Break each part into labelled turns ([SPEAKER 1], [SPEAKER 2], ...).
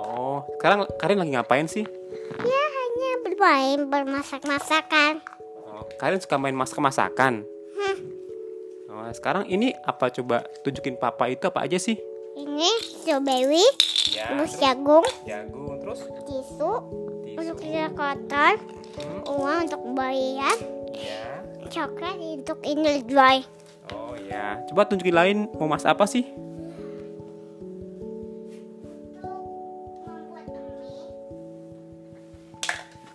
[SPEAKER 1] Oh, Sekarang Karin lagi ngapain sih?
[SPEAKER 2] Ya hanya bermain bermasak-masakan.
[SPEAKER 1] Oh, Hmm. Karin suka main masak-masakan.
[SPEAKER 2] Hah,
[SPEAKER 1] Oh, sekarang ini apa coba tunjukin papa itu apa aja sih?
[SPEAKER 2] ini strawberry,
[SPEAKER 1] Ya,
[SPEAKER 2] terus jagung,
[SPEAKER 1] jagung terus
[SPEAKER 2] tisu,
[SPEAKER 1] tisu.
[SPEAKER 2] untuk tidak kotor, uang untuk bayar,
[SPEAKER 1] Ya.
[SPEAKER 2] coklat untuk ini dry.
[SPEAKER 1] Oh ya. Coba tunjukin lain mau masak apa sih?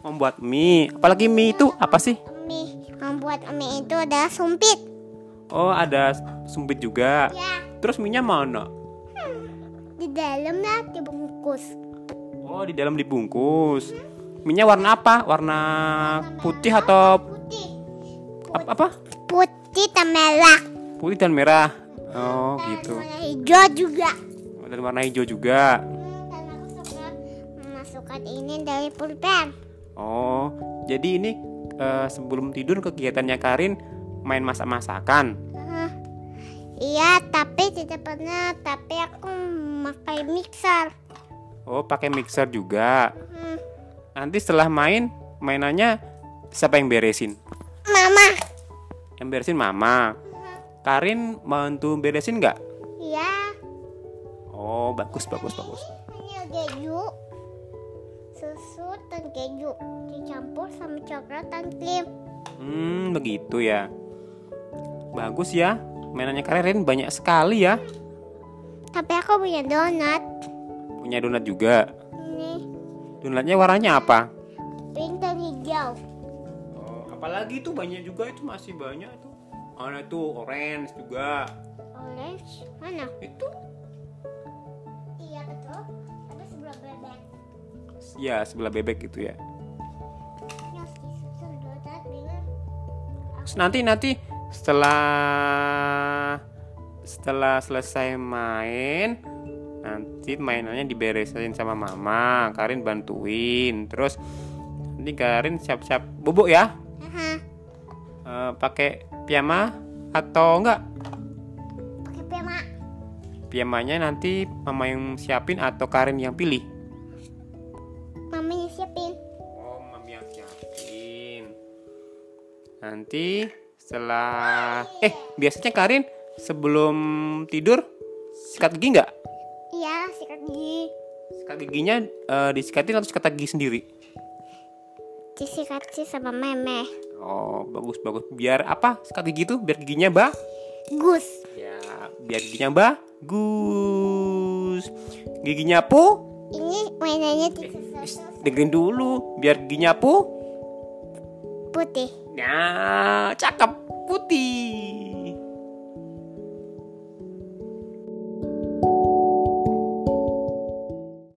[SPEAKER 1] Membuat mie. Apalagi mie itu apa ssih?
[SPEAKER 2] Mie membuat mie itu adalah sumpit.
[SPEAKER 1] Oh, ada sumpit juga.
[SPEAKER 2] Ya,
[SPEAKER 1] Terus mie-nya mana?
[SPEAKER 2] di dalamnya dibungkus.
[SPEAKER 1] Oh, di dalam dibungkus. Mie-nya warna apa? Warna putih atau
[SPEAKER 2] Putih,
[SPEAKER 1] ap- apa?
[SPEAKER 2] putih dan merah.
[SPEAKER 1] Putih dan merah. Oh,
[SPEAKER 2] Dan
[SPEAKER 1] gitu.
[SPEAKER 2] warna hijau juga.
[SPEAKER 1] Oh, Dan warna hijau juga.
[SPEAKER 2] Hmm, Dan aku suka memasukkan ini dari pulpen.
[SPEAKER 1] Oh, jadi ini eh, sebelum tidur kegiatannya Karin main masak-masakan.
[SPEAKER 2] Hah, Iya, tapi tidak pernah. Tapi aku pakai mixer.
[SPEAKER 1] Oh, pakai mixer juga.
[SPEAKER 2] Hmm,
[SPEAKER 1] Nanti setelah main, mainannya siapa yang beresin?
[SPEAKER 2] Mama.
[SPEAKER 1] Yang beresin Mama. Karin bantu beresin nggak?
[SPEAKER 2] Iya.
[SPEAKER 1] Oh, bagus, bagus, bagus.
[SPEAKER 2] Ini keju, susu dan keju dicampur sama coklat dan krim.
[SPEAKER 1] Hmm, begitu ya. Bagus ya. Mainannya Karin banyak sekali ya.
[SPEAKER 2] Tapi aku punya donat.
[SPEAKER 1] Punya donat juga.
[SPEAKER 2] Ini
[SPEAKER 1] Donatnya warnanya apa?
[SPEAKER 2] pink dan hijau.
[SPEAKER 1] Oh, apalagi itu banyak juga itu masih banyak Oh, nah, itu. Ada tuh orange juga.
[SPEAKER 2] Orange mana?
[SPEAKER 1] Itu
[SPEAKER 2] Iya betul. Tapi sebelum bebek.
[SPEAKER 1] ya sebelah bebek gitu ya.
[SPEAKER 2] Ini harus disusun donat dengan
[SPEAKER 1] Terus nanti nanti setelah setelah selesai main nanti mainannya diberesin sama mama Karin bantuin terus nanti Karin siap-siap bubuk ya
[SPEAKER 2] Aha,
[SPEAKER 1] Eh, pakai piyama atau enggak
[SPEAKER 2] pakai pema.
[SPEAKER 1] piyamanya nanti mama yang siapin atau Karin yang pilih
[SPEAKER 2] Mamanya siapin.
[SPEAKER 1] oh mami yang siapin nanti setelah eh biasanya Karin sebelum tidur sikat gigi nggak
[SPEAKER 2] Iya, sikat gigi.
[SPEAKER 1] sikat giginya eh, disikatin atau sikat gigi sendiri
[SPEAKER 2] Disikat sih sama meme.
[SPEAKER 1] oh bagus bagus biar apa sikat gigi itu biar giginya bah
[SPEAKER 2] Gus.
[SPEAKER 1] ya biar giginya bagus giginya puh
[SPEAKER 2] Ini mainannya disusun
[SPEAKER 1] Shh, dengerin dulu biar gigi nyapu
[SPEAKER 2] putih.
[SPEAKER 1] nah cakep putih